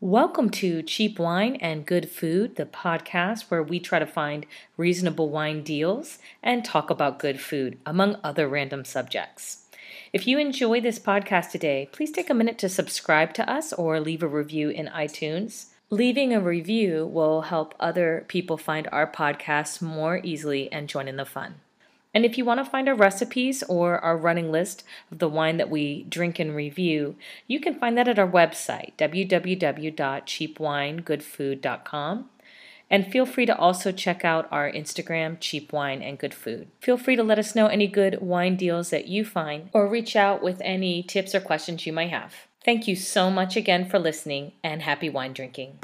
Welcome to Cheap Wine and Good Food, the podcast where we try to find reasonable wine deals and talk about good food, among other random subjects. If you enjoy this podcast today, please take a minute to subscribe to us or leave a review in iTunes. Leaving a review will help other people find our podcast more easily and join in the fun. And if you want to find our recipes or our running list of the wine that we drink and review, you can find that at our website, www.cheapwinegoodfood.com. And feel free to also check out our Instagram, Cheap Wine and Good Food. Feel free to let us know any good wine deals that you find or reach out with any tips or questions you might have. Thank you so much again for listening and happy wine drinking.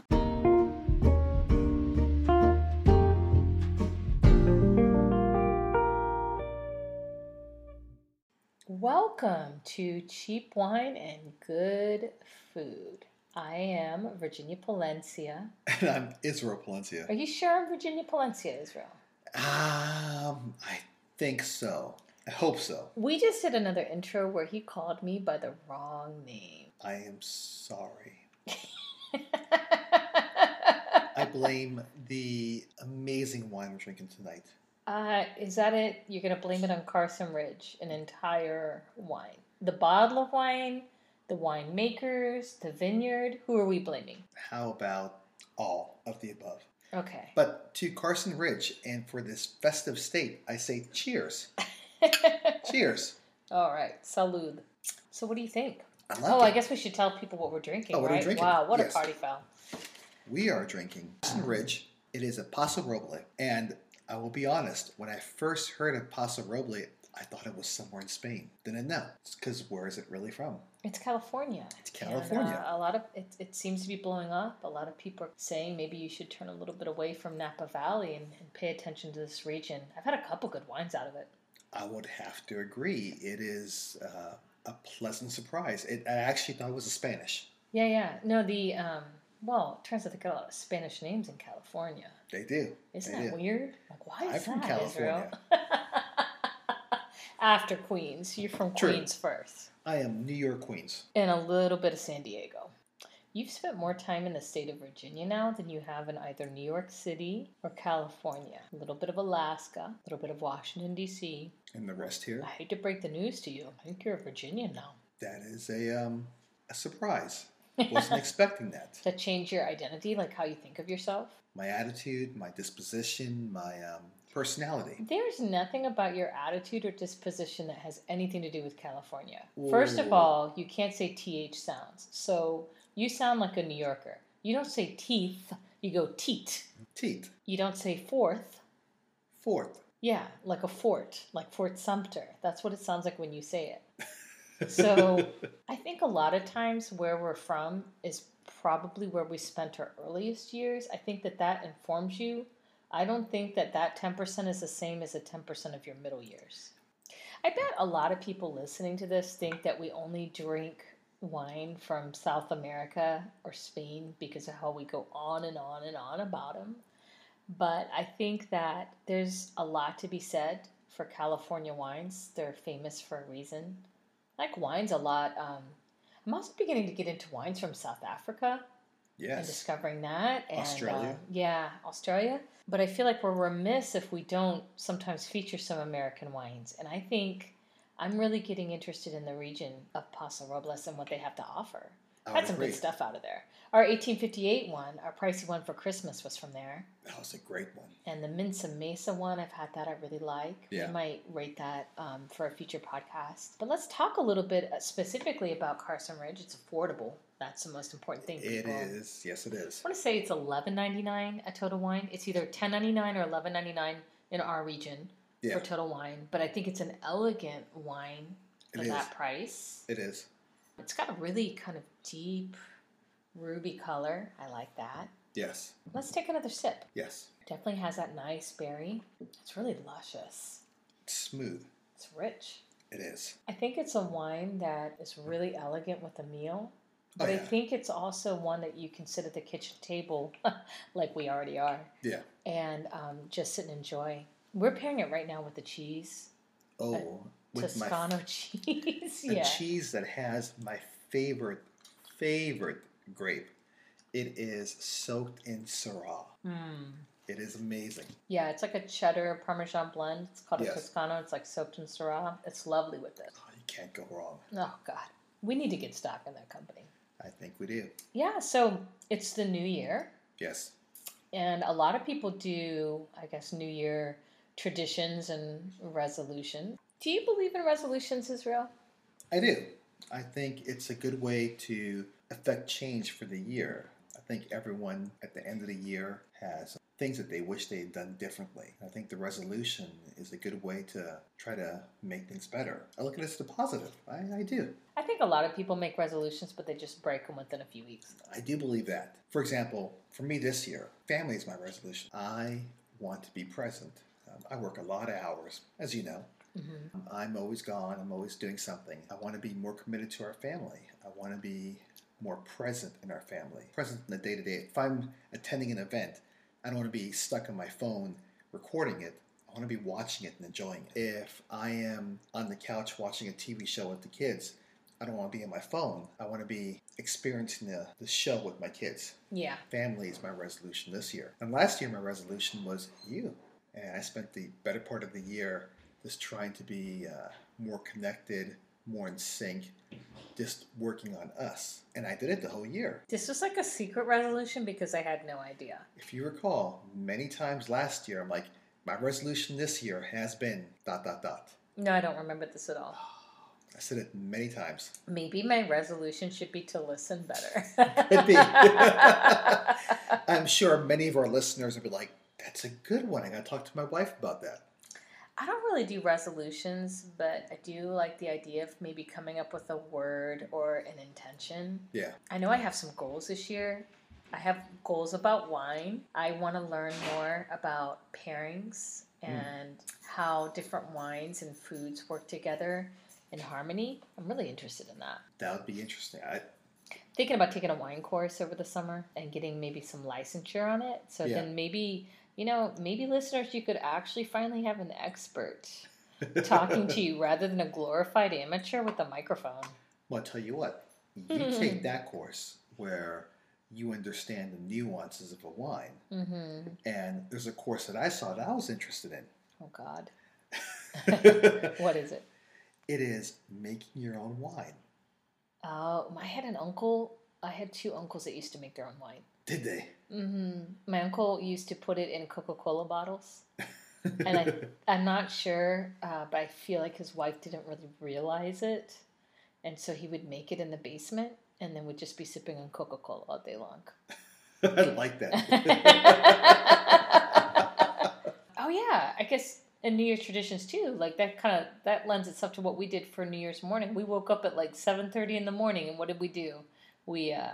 Welcome to Cheap Wine and Good Food. I am Virginia Palencia. And I'm Israel Palencia. Are you sure I'm Virginia Palencia, Israel? Um, I think so. I hope so. We just did another intro where he called me by the wrong name. I am sorry. I blame the amazing wine we're drinking tonight. uh, is that it? You're going to blame it on Carson Ridge, an entire wine. The bottle of wine, the winemakers, the vineyard. Who are we blaming? How about all of the above? Okay. But to Carson Ridge and for this festive state, I say cheers. cheers. All right. Salud. So, what do you think? I like Oh, I it. guess we should tell people what we're drinking, Oh, what are we right? drinking? Wow, what Yes. a party foul. We are drinking Carson Ridge. It is a Paso Roble. And I will be honest, when I first heard of Paso Roble, I thought it was somewhere in Spain. Didn't know. Because where is it really from? It's California. It's And, California. uh, a lot of it, it seems to be blowing up. A lot of people are saying maybe you should turn a little bit away from Napa Valley and, and pay attention to this region. I've had a couple good wines out of it. I would have to agree. It is uh, a pleasant surprise. It, I actually thought it was a Spanish. Yeah, yeah. No, the um, well, it turns out they got a lot of Spanish names in California. They do. Isn't They that do. weird? Like, why is I'm from that, California. Israel? After Queens, you're from True. Queens first, I am New York Queens. and a little bit of San Diego. You've spent more time in the state of Virginia now than you have in either New York City or California. A little bit of Alaska, a little bit of Washington D.C. And the rest here. I hate to break the news to you. I think you're a Virginian now. That is a, um, a surprise. Wasn't expecting that. Does that change your identity, like how you think of yourself? My attitude, my disposition, my um, personality. There's nothing about your attitude or disposition that has anything to do with California. Whoa, First of whoa, whoa. all, you can't say th sounds. So you sound like a New Yorker. You don't say teeth, you go teat. Teeth. You don't say fourth. Fourth. Yeah, like a fort, like Fort Sumter. That's what it sounds like when you say it. So I think a lot of times where we're from is probably where we spent our earliest years. I think that that informs you. I don't think that that 10% is the same as the 10% of your middle years. I bet a lot of people listening to this think that we only drink wine from South America or Spain because of how we go on and on and on about them. But I think that there's a lot to be said for California wines. They're famous for a reason. I like wines a lot. Um, I'm also beginning to get into wines from South Africa and Yes. discovering that. And, Australia. uh, yeah, Australia. But I feel like we're remiss if we don't sometimes feature some American wines. And I think I'm really getting interested in the region of Paso Robles and what they have to offer. I would Had some agree. good stuff out of there. Our 1858 one, our pricey one for Christmas, was from there. That was a great one. And the Minsa Mesa one, I've had that I really like. Yeah. We might rate that um, for a future podcast. But let's talk a little bit uh, specifically about Carson Ridge. It's affordable. That's the most important thing. It people. is. Yes, it is. I want to say it's eleven ninety nine at Total Wine. It's either ten ninety nine or eleven ninety nine in our region Yeah, for Total Wine. But I think it's an elegant wine for it is. that price. It is. It's got a really kind of deep ruby color. I like that. Yes. Let's take another sip. Yes. Definitely has that nice berry. It's really luscious. Smooth. It's rich. It is. I think it's a wine that is really elegant with a meal. But I Oh, yeah. think it's also one that you can sit at the kitchen table, like we already are, Yeah. and um, just sit and enjoy. We're pairing it right now with the cheese, Oh, with my Uh, Toscano cheese. a yeah. cheese that has my favorite favorite grape It is soaked in Syrah. Mm. It is amazing. Yeah, it's like a cheddar Parmesan blend. It's called Yes. a Toscano. It's like soaked in Syrah. It's lovely with it. Oh, you can't go wrong. Oh, God. We need to get stock in that company. I think we do. Yeah, so it's the new year. Yes. And a lot of people do, I guess, New Year traditions and resolutions. Do you believe in resolutions, Israel? I do. I think it's a good way to affect change for the year. I think everyone at the end of the year has things that they wish they had done differently. I think the resolution is a good way to try to make things better. I look at it as the positive. I, I do. I think a lot of people make resolutions, but they just break them within a few weeks. I do believe that. For example, for me this year, family is my resolution. I want to be present. Um, I work a lot of hours, as you know. hmm I'm always gone. I'm always doing something. I want to be more committed to our family. I want to be more present in our family, present in the day to day. If I'm attending an event, I don't want to be stuck on my phone recording it. I want to be watching it and enjoying it. If I am on the couch watching a TV show with the kids, I don't want to be on my phone. I want to be experiencing the, the show with my kids. Yeah. Family is my resolution this year. And last year, my resolution was you. And I spent the better part of the year just trying to be uh, more connected, more in sync, just working on us. And I did it the whole year. This was like a secret resolution because I had no idea. If you recall, many times last year, I'm like, my resolution this year has been dot, dot, dot. No, I don't remember this at all. I said it many times. Maybe my resolution should be to listen better. Could be. I'm sure many of our listeners would be like, that's a good one. I got to talk to my wife about that. I don't really do resolutions, but I do like the idea of maybe coming up with a word or an intention. Yeah. I know I have some goals this year. I have goals about wine. I want to learn more about pairings Mm. and how different wines and foods work together in harmony. I'm really interested in that. That would be interesting. I, Thinking about taking a wine course over the summer and getting maybe some licensure on it. So Yeah. then maybe, you know, maybe listeners, you could actually finally have an expert talking to you rather than a glorified amateur with a microphone. Well, I'll tell you what, you take that course where you understand the nuances of a wine, Mm-hmm. and there's a course that I saw that I was interested in. Oh, God. it What is it? is making your own wine. Oh, I had an uncle. I had two uncles that used to make their own wine. Did they? hmm My uncle used to put it in Coca Cola bottles. And I, I'm not sure, uh, but I feel like his wife didn't really realize it. And so he would make it in the basement and then would just be sipping on Coca Cola all day long. I like that. oh, yeah. I guess in New Year's traditions too, like that kind of that lends itself to what we did for New Year's morning. We woke up at like 7.30 in the morning and what did we do? We, uh,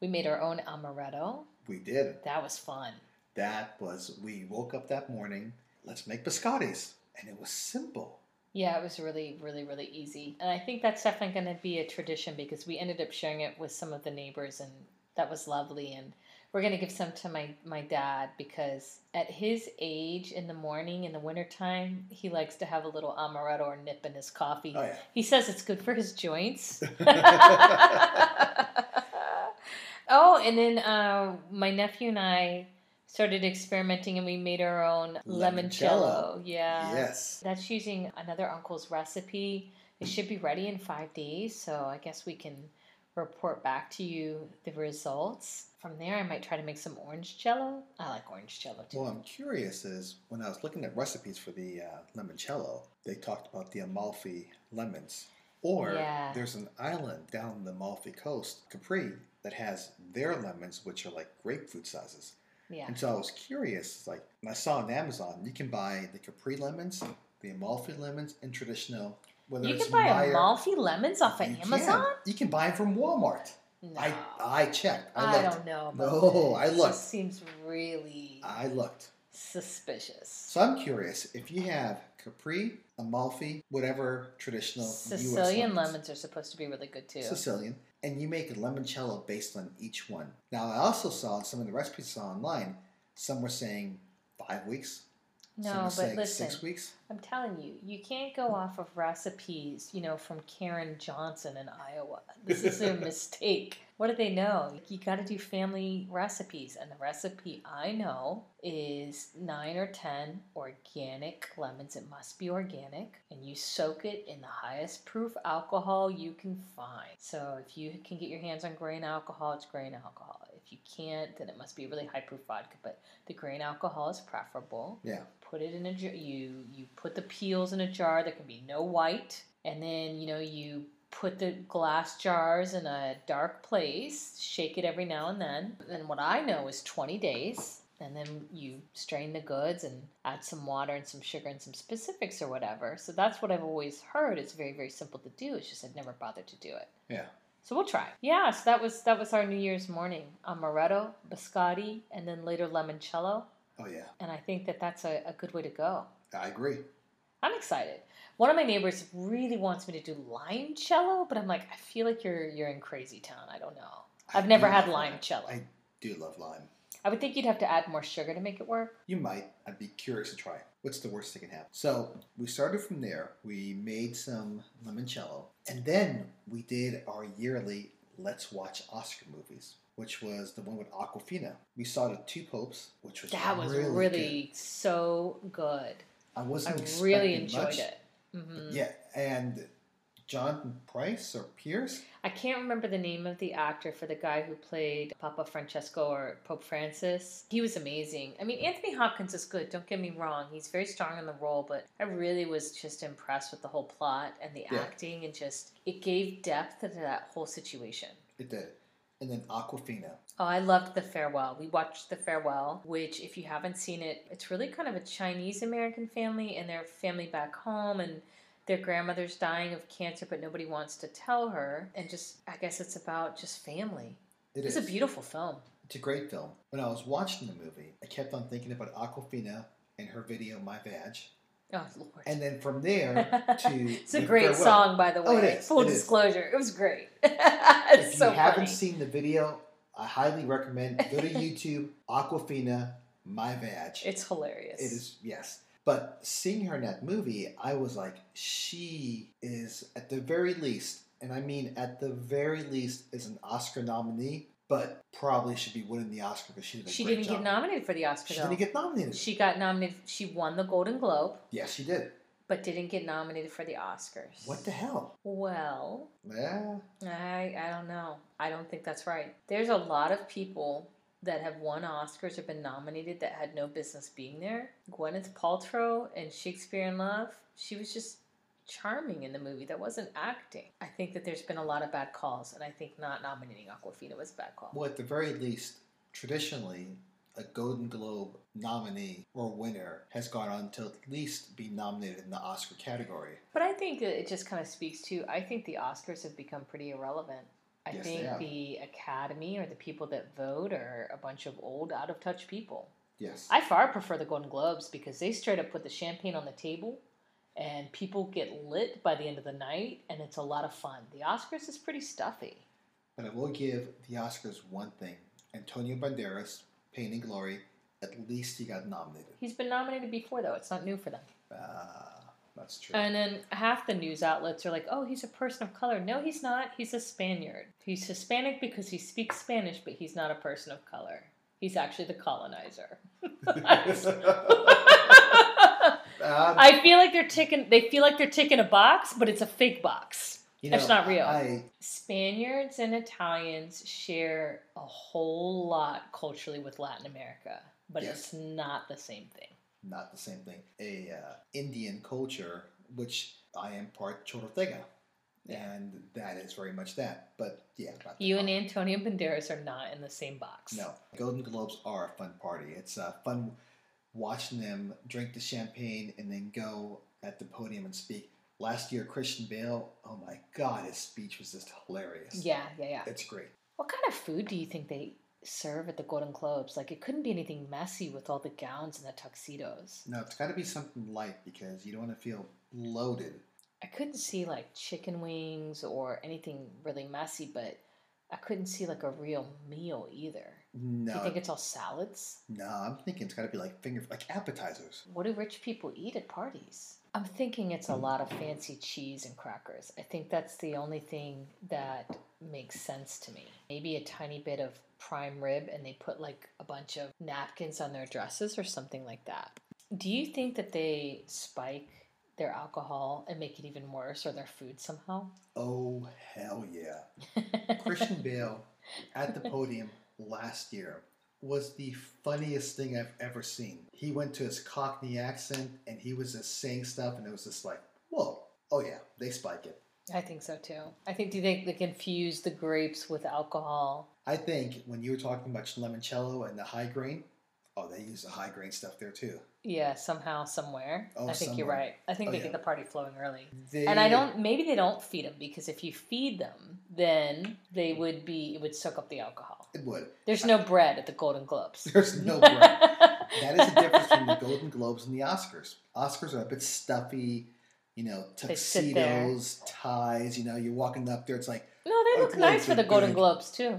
we made our own amaretto. we did. That was fun. That was, we woke up that morning, let's make biscottis. And it was simple. Yeah, it was really, really, really easy. And I think that's definitely going to be a tradition because we ended up sharing it with some of the neighbors, and that was lovely. And we're going to give some to my, my dad because at his age in the morning, in the wintertime, he likes to have a little amaretto or nip in his coffee. Oh, yeah. He says it's good for his joints. oh, and then uh, my nephew and I started experimenting and we made our own Limoncello. limoncello. Yeah. Yes. That's using another uncle's recipe. It should be ready in five days, so I guess we can report back to you the results. From there, I might try to make some orange jello. I like orange jello too. Well, I'm curious is when I was looking at recipes for the uh, limoncello, they talked about the Amalfi lemons. Or Yeah. there's an island down the Amalfi coast, Capri, that has their lemons, which are like grapefruit sizes. Yeah. And so I was curious, like, and I saw on Amazon, you can buy the Capri lemons, the Amalfi lemons, and traditional. Whether You it's can buy Meyer- Amalfi lemons off of You can. Amazon? You can buy them from Walmart. No. I, I checked. I, I looked. don't know. No, that. I It just looked. seems really I looked. suspicious. So I'm curious if you have Capri, Amalfi, whatever traditional Sicilian US lemons are supposed to be really good too. Sicilian, and you make a limoncello based on each one. Now I also saw some of the recipes I saw online. Some were saying five weeks, some no, were but saying listen. six weeks. I'm telling you, you can't go off of recipes, you know, from Karen Johnson in Iowa. This is a mistake. What do they know? You got to do family recipes. And the recipe I know is nine or 10 organic lemons. It must be organic. And you soak it in the highest proof alcohol you can find. So if you can get your hands on grain alcohol, it's grain alcohol. If you can't, then it must be really high proof vodka. But the grain alcohol is preferable. Yeah. Put it in a jar. You, you put the peels in a jar. There can be no white. And then, you know, you put the glass jars in a dark place, shake it every now and then. And what I know is 20 days. And then you strain the goods and add some water and some sugar and some specifics or whatever. So that's what I've always heard. It's very, very simple to do. It's just I've never bothered to do it. Yeah. So we'll try. Yeah, so that was that was our New Year's morning. Amaretto, biscotti, and then later limoncello. Oh, yeah. And I think that that's a, a good way to go. I agree. I'm excited. One of my neighbors really wants me to do lime cello, but I'm like, I feel like you're you're in crazy town. I don't know. I I've never do had love lime cello. I do love lime. I would think you'd have to add more sugar to make it work. You might. I'd be curious to try it. What's the worst that can happen? So we started from there. We made some limoncello, and then we did our yearly "Let's Watch Oscar Movies," which was the one with Aquafina. We saw the Two Popes, which was That was really, really, good. so good. I wasn't. I expecting really enjoyed much, it. but hmm Yeah, and Jonathan Price or Pierce. I can't remember the name of the actor for the guy who played Papa Francesco or Pope Francis. He was amazing. I mean, Anthony Hopkins is good, don't get me wrong. He's very strong in the role, but I really was just impressed with the whole plot and the Yeah. acting and just it gave depth to that whole situation. It did, and then Aquafina. Oh, I loved The Farewell. We watched The Farewell, which, if you haven't seen it, it's really kind of a Chinese American family and their family back home, and their grandmother's dying of cancer, but nobody wants to tell her. And just, I guess it's about just family. It It's is a beautiful film. It's a great film. When I was watching the movie, I kept on thinking about Aquafina and her video "My Vag," Oh, Lord. and then from there. to it's a the great farewell. song, by the way. Oh, it is, Full it is. disclosure, it was great. it's If so you haven't funny. seen the video, I highly recommend go to YouTube Aquafina My Vag. it's hilarious. It is yes. But seeing her in that movie, I was like, she is at the very least, and I mean at the very least, is an Oscar nominee, but probably should be winning the Oscar because she did a She great didn't job. get nominated for the Oscar. She though. didn't get nominated. she got nominated. She won the Golden Globe. yes, she did. but didn't get nominated for the Oscars. What the hell? Well, Yeah. I I don't know. I don't think that's right. There's a lot of people that have won Oscars or been nominated that had no business being there. Gwyneth Paltrow and Shakespeare in Love. She was just charming in the movie. That wasn't acting. I think that there's been a lot of bad calls, and I think not nominating Aquafina was a bad call. Well, at the very least, traditionally, a Golden Globe nominee or winner has gone on to at least be nominated in the Oscar category. But I think that it just kind of speaks to I think the Oscars have become pretty irrelevant. I Yes, they think have. the Academy or the people that vote are a bunch of old, out of touch people. Yes. I far prefer the Golden Globes because they straight up put the champagne on the table and people get lit by the end of the night and it's a lot of fun. The Oscars is pretty stuffy. but I will give the Oscars one thing Antonio Banderas, Pain and Glory, at least he got nominated. He's been nominated before though, it's not new for them. Ah, that's true. And then half the news outlets are like, oh, he's a person of color. No, he's not. He's a Spaniard. He's Hispanic because he speaks Spanish, but he's not a person of color. He's actually the colonizer. Ah, I feel like they're ticking. They feel like they're ticking a box, but it's a fake box. you it's not real. I, Spaniards and Italians share a whole lot culturally with Latin America, but Yes. it's not the same thing. not the same thing. A uh, Indian culture, which I am part Chorotega. And that is very much that. But yeah, not the You and color. Antonio Banderas are not in the same box. No, Golden Globes are a fun party. It's uh, fun watching them drink the champagne and then go at the podium and speak. Last year, Christian Bale, oh my God, his speech was just hilarious. Yeah, yeah, yeah. It's great. What kind of food do you think they serve at the Golden Globes? Like, it couldn't be anything messy with all the gowns and the tuxedos. No, it's got to be something light because you don't want to feel bloated. I couldn't see like chicken wings or anything really messy, but I couldn't see like a real meal either. Do you No, think it's all salads? no, I'm thinking it's got to be like finger, like appetizers. What do rich people eat at parties? I'm thinking it's a Hmm. lot of fancy cheese and crackers. I think that's the only thing that makes sense to me. Maybe a tiny bit of prime rib and they put like a bunch of napkins on their dresses or something like that. Do you think that they spike their alcohol and make it even worse or their food somehow? Oh, hell yeah. Christian Bale at the podium last year was the funniest thing I've ever seen. He went to his Cockney accent and he was just saying stuff, and it was just like, whoa, oh yeah, they spike it. I think so too. I think do you think they confuse the grapes with alcohol? I think when you were talking about limoncello and the high grain, oh, they use the high grain stuff there too. Yeah, somehow, somewhere. Oh, I think you're somewhere. right. I think Oh, they yeah. get the party flowing early. They, And I don't. Maybe they don't feed them because if you feed them, then they would be. It would soak up the alcohol. It would. There's no bread at the Golden Globes. There's no bread. that is the difference between the Golden Globes and the Oscars. Oscars are a bit stuffy, you know, They sit there. tuxedos, ties. You know, you're walking up there. It's like no, they Our look nice Globes for are the Golden good. Globes too.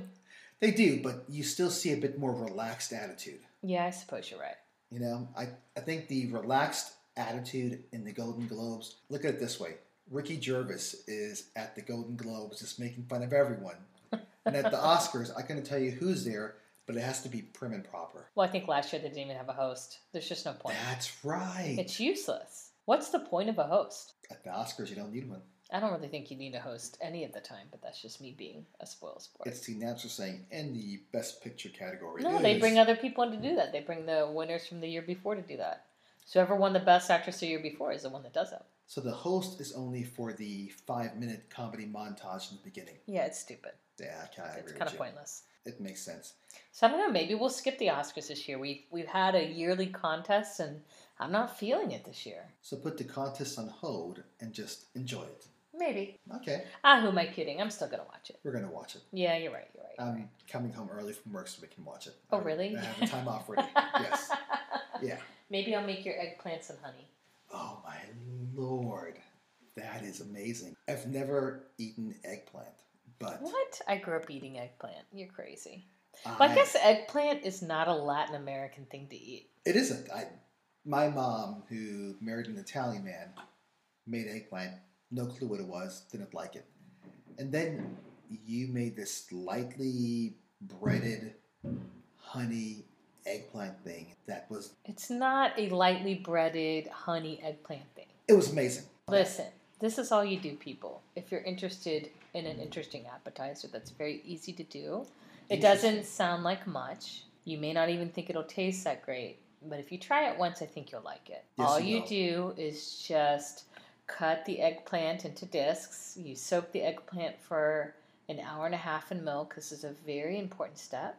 they do, but you still see a bit more relaxed attitude. Yeah, I suppose you're right. You know, I I think the relaxed attitude in the Golden Globes. Look at it this way: Ricky Gervais is at the Golden Globes, just making fun of everyone, and at the Oscars, I couldn't tell you who's there, but it has to be prim and proper. Well, I think last year they didn't even have a host. There's just no point. That's right. It's useless. What's the point of a host? At the Oscars, you don't need one. I don't really think you need a host any of the time, but that's just me being a spoil sport. It's the natural saying in the best picture category. No, is, they bring other people in to do that. They bring the winners from the year before to do that. So whoever won the best actress the year before is the one that does it. So the host is only for the five minute comedy montage in the beginning. Yeah, it's stupid. Yeah, I kind of it's kind agree with of you. pointless. It makes sense. So I don't know. Maybe we'll skip the Oscars this year. We've we've had a yearly contest, and I'm not feeling it this year. So put the contest on hold and just enjoy it. Maybe. Okay, Ah, who am I kidding? I'm still gonna watch it. we're gonna watch it. Yeah, you're right. You're right. you're I'm coming home early from work so we can watch it. Oh, I- really? I have a time off already. right. Yes. Yeah. Maybe I'll make your eggplants and honey. Oh my lord, that is amazing. I've never eaten eggplant, but What? I grew up eating eggplant. You're crazy. But I, I guess eggplant is not a Latin American thing to eat. It isn't. I, my mom, who married an Italian man, made eggplant. No clue what it was. Didn't like it. And then you made this lightly breaded honey eggplant thing that was. It's not a lightly breaded honey eggplant thing. It was amazing. Listen, this is all you do, people. If you're interested in an interesting appetizer, that's very easy to do. It doesn't sound like much. You may not even think it'll taste that great, but if you try it once, I think you'll like it. Yes, all you you will. do is just cut the eggplant into discs. You soak the eggplant for an hour and a half in milk. This is a very important step.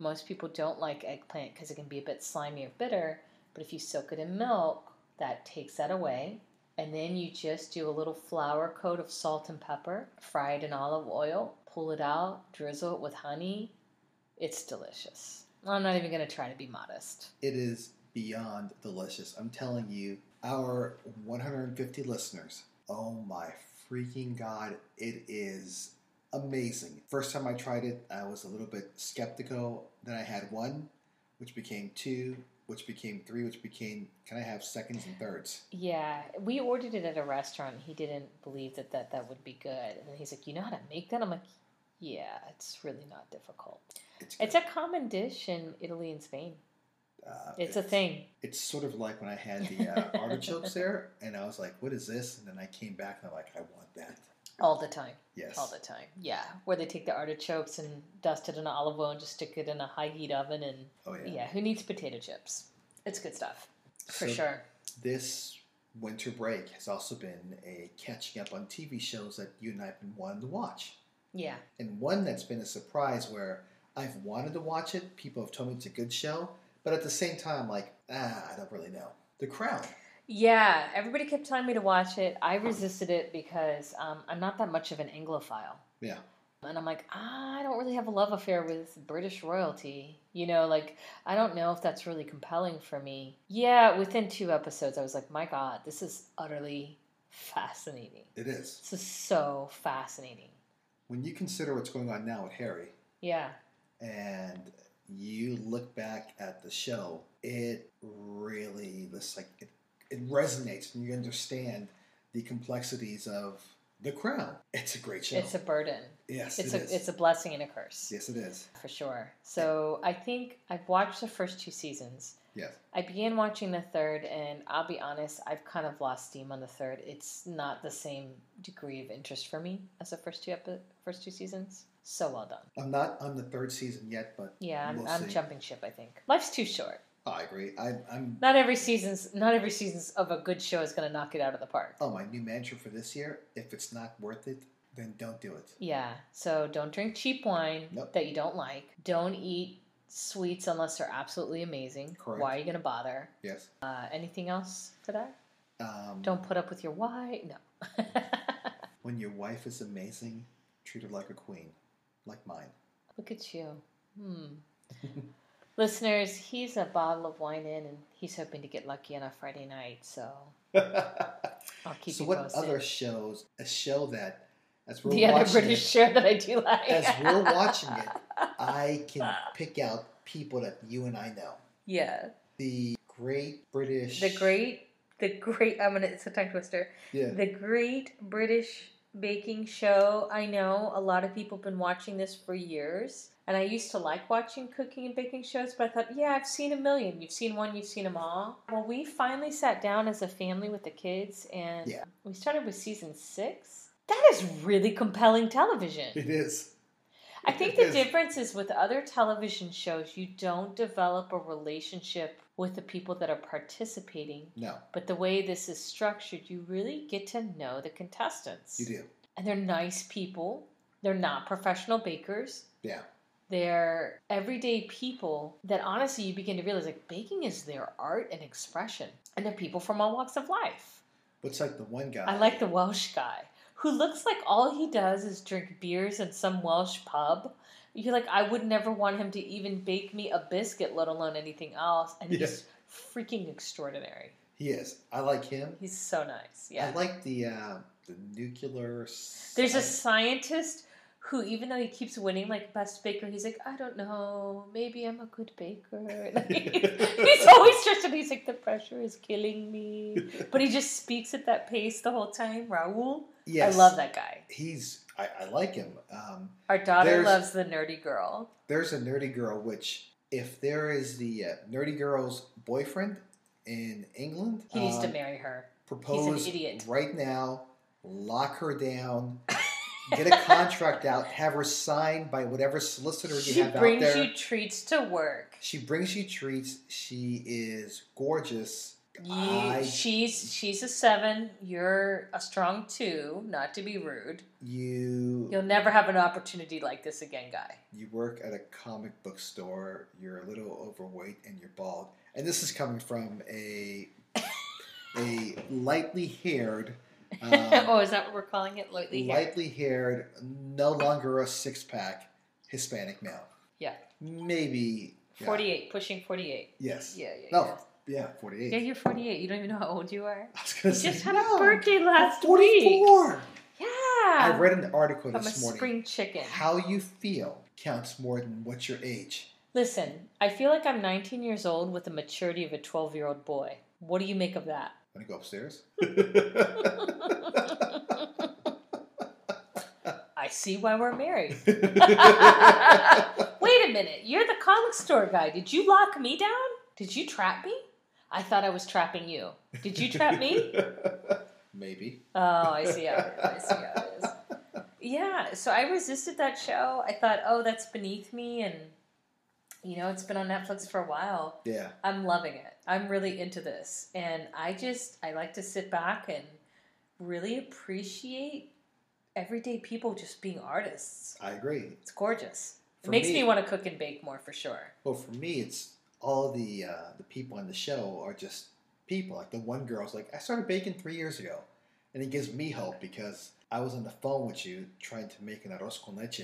Most people don't like eggplant because it can be a bit slimy or bitter, but if you soak it in milk, that takes that away. And then you just do a little flour coat of salt and pepper, fry it in olive oil, pull it out, drizzle it with honey. It's delicious. I'm not even going to try to be modest. It is beyond delicious. I'm telling you, our 150 listeners. Oh my freaking god, it is amazing. First time I tried it, I was a little bit skeptical. Then I had one, which became two, which became three, which became can I have seconds and thirds? Yeah, we ordered it at a restaurant. He didn't believe that that, that would be good. And then he's like, You know how to make that? I'm like, Yeah, it's really not difficult. It's It's a common dish in Italy and Spain. uh, It's a thing. It's sort of like when I had the uh, artichokes there, and I was like, "What is this?" And then I came back and I'm like, "I want that." All the time. Yes. All the time. Yeah. Where they take the artichokes and dust it in olive oil and just stick it in a high heat oven. And Oh yeah, who needs potato chips? It's good stuff. For So sure. this winter break has also been a catching up on TV shows that you and I have been wanting to watch. Yeah. And one that's been a surprise where I've wanted to watch it, people have told me it's a good show, but at the same time, like, ah, I don't really know. The Crown. Yeah. Everybody kept telling me to watch it. I resisted it because um, I'm not that much of an Anglophile. Yeah. And I'm like, ah, I don't really have a love affair with British royalty. You know, like, I don't know if that's really compelling for me. Yeah, within two episodes, I was like, my God, this is utterly fascinating. It is. This is so fascinating. When you consider what's going on now with Harry Yeah. and you look back at the show, it really looks like it, it resonates and you understand the complexities of The Crown. It's a great show. It's a burden. yes, It's it a is. it's a blessing and a curse. yes, it is. For sure. So I think I've watched the first two seasons. Yes. I began watching the third, and I'll be honest, I've kind of lost steam on the third. It's not the same degree of interest for me as the first two epi- first two seasons. So well done. I'm not on the third season yet, but Yeah, I'm, We'll I'm see. jumping ship. I think life's too short. I agree. I, I'm. Not every season's not every season's of a good show is going to knock it out of the park. Oh, my new mantra for this year: if it's not worth it, then don't do it. Yeah. So don't drink cheap wine Nope. that you don't like. Don't eat sweets unless they're absolutely amazing. Correct. Why are you going to bother? Yes. Uh, anything else for that? Um, Don't put up with your why. No. When your wife is amazing, treat her like a queen, like mine. Look at you. Hmm. Listeners, he's a bottle of wine in, and he's hoping to get lucky on a Friday night. So I'll keep so you what posted. other shows? A show that as we're the other watching British show that I do like. it, as we're watching it, I can pick out people that you and I know. yeah, The Great British. the great, the great. I'm gonna. It's a tongue twister. Yeah. The Great British Baking Show. I know a lot of people have been watching this for years, and I used to like watching cooking and baking shows, but I thought, yeah, I've seen a million. You've seen one, you've seen them all. Well, we finally sat down as a family with the kids, and Yeah. we started with season six. That is really compelling television. It is. I think It the is. difference is with other television shows, you don't develop a relationship with the people that are participating. No, But the way this is structured, you really get to know the contestants. you do. And they're nice people. They're not professional bakers. Yeah. They're everyday people that honestly you begin to realize like baking is their art and expression. And they're people from all walks of life. Looks like the one guy. I like the Welsh guy who looks like all he does is drink beers in some Welsh pub. You're like, I would never want him to even bake me a biscuit, let alone anything else. And he's freaking extraordinary. He is. I like him. He's so nice. Yeah. I like the uh, the nuclear. There's a sci- scientist who, even though he keeps winning like best baker, he's like, I don't know, maybe I'm a good baker. Like, he's always stressed, and he's like, the pressure is killing me. But he just speaks at that pace the whole time. Raul, Yes. I love that guy. He's. I, I like him. Um, Our daughter There's- loves the nerdy girl. there's a nerdy girl which if there is the uh, nerdy girl's boyfriend in england He needs to um, marry her. propose idiot. right now lock her down get a contract out have her signed by whatever solicitor you She have out brings there you treats to work. she brings you treats she is gorgeous You, I- she's she's a seven. You're a strong two. Not to be rude. you You'll never have an opportunity like this again, guy. you work at a comic book store you're a little overweight and you're bald and this is coming from a a lightly haired um, oh, is that what we're calling it? Lightly hair. lightly haired, no longer a six pack Hispanic male. Yeah. Maybe yeah. 48, pushing 48. Yes. Yeah, yeah, No. Yeah, forty yeah. eight. Yeah, you're 48. You don't even know how old you are. I was You gonna say, just had no, a birthday last week. 44. Yeah. I read an article I'm a this morning. spring chicken. How you feel counts more than what's your age. Listen, I feel like I'm 19 years old with the maturity of a 12 year old boy. What do you make of that? Wanna go upstairs? I see why we're married. Wait a minute. You're the comic store guy. Did you lock me down? Did you trap me? I thought I was trapping you. Did you trap me? Maybe. Oh, I see how it is. I see how it is. Yeah, so I resisted that show. I thought, oh, that's beneath me, and you know, it's been on Netflix for a while. Yeah. I'm loving it. I'm really into this, and I just I like to sit back and really appreciate everyday people just being artists. I agree. It's gorgeous. It For makes me- me want to cook and bake more for sure. Well, for me, it's all the uh, the people on the show are just people. Like the one girl's like, I started baking three years ago, and it gives me hope because I was on the phone with you trying to make an arroz con leche,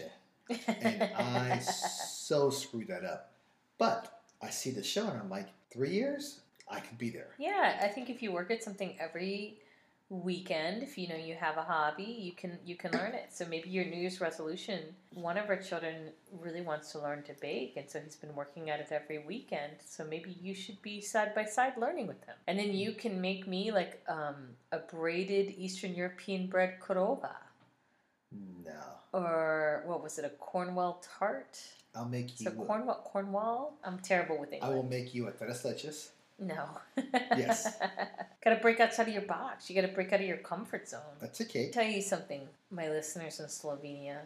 and I so screwed that up. But I see the show, and I'm like, three years, I could be there. Yeah, I think if you work at something every weekend if you know you have a hobby you can you can learn it so maybe your new year's resolution one of our children really wants to learn to bake and so he's been working at it every weekend so maybe you should be side by side learning with them and then you can make me like um, a braided eastern european bread korova No, or what was it a cornwall tart I'll make you. so cornwall cornwall i'm terrible with I english will make you a tres leches. no Yes. gotta break outside of your box you gotta break out of your comfort zone That's a cake. tell you something, my listeners in Slovenia.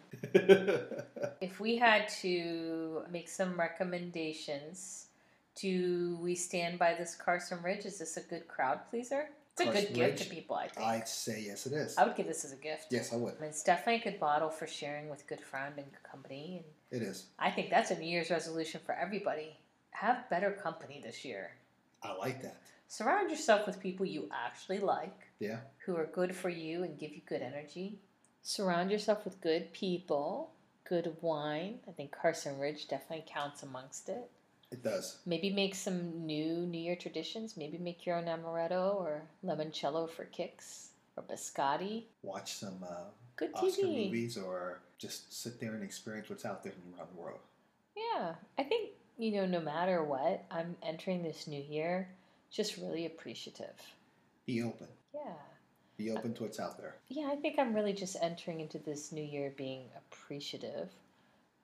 If we had to make some recommendations, do we stand by this Carson Ridge? Is this a good crowd pleaser? It's a Carson good gift Ridge. to people, I think. I'd say yes, it is. I would give this as a gift. Yes, I would. And it's definitely a good bottle for sharing with good friend and company. And It is. I think that's a New Year's resolution for everybody. Have better company this year. I like that. Surround yourself with people you actually like, Yeah. who are good for you and give you good energy. Surround yourself with good people, good wine. I think Carson Ridge definitely counts amongst it. It does. Maybe make some new New Year traditions. Maybe make your own amaretto or limoncello for kicks or biscotti. Watch some uh, Good TV. Oscar movies or just sit there and experience what's out there around the world. Yeah, I think, you know, no matter what, I'm entering this new year just really appreciative. Be open. Yeah. Be open to what's out there. Yeah, I think I'm really just entering into this new year being appreciative.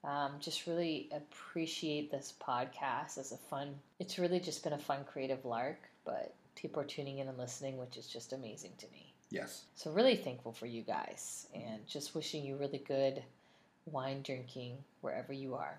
Um, just really appreciate this podcast as a fun. It's really just been a fun creative lark, but people are tuning in and listening, which is just amazing to me. Yes. So really thankful for you guys, and just wishing you really good wine drinking wherever you are.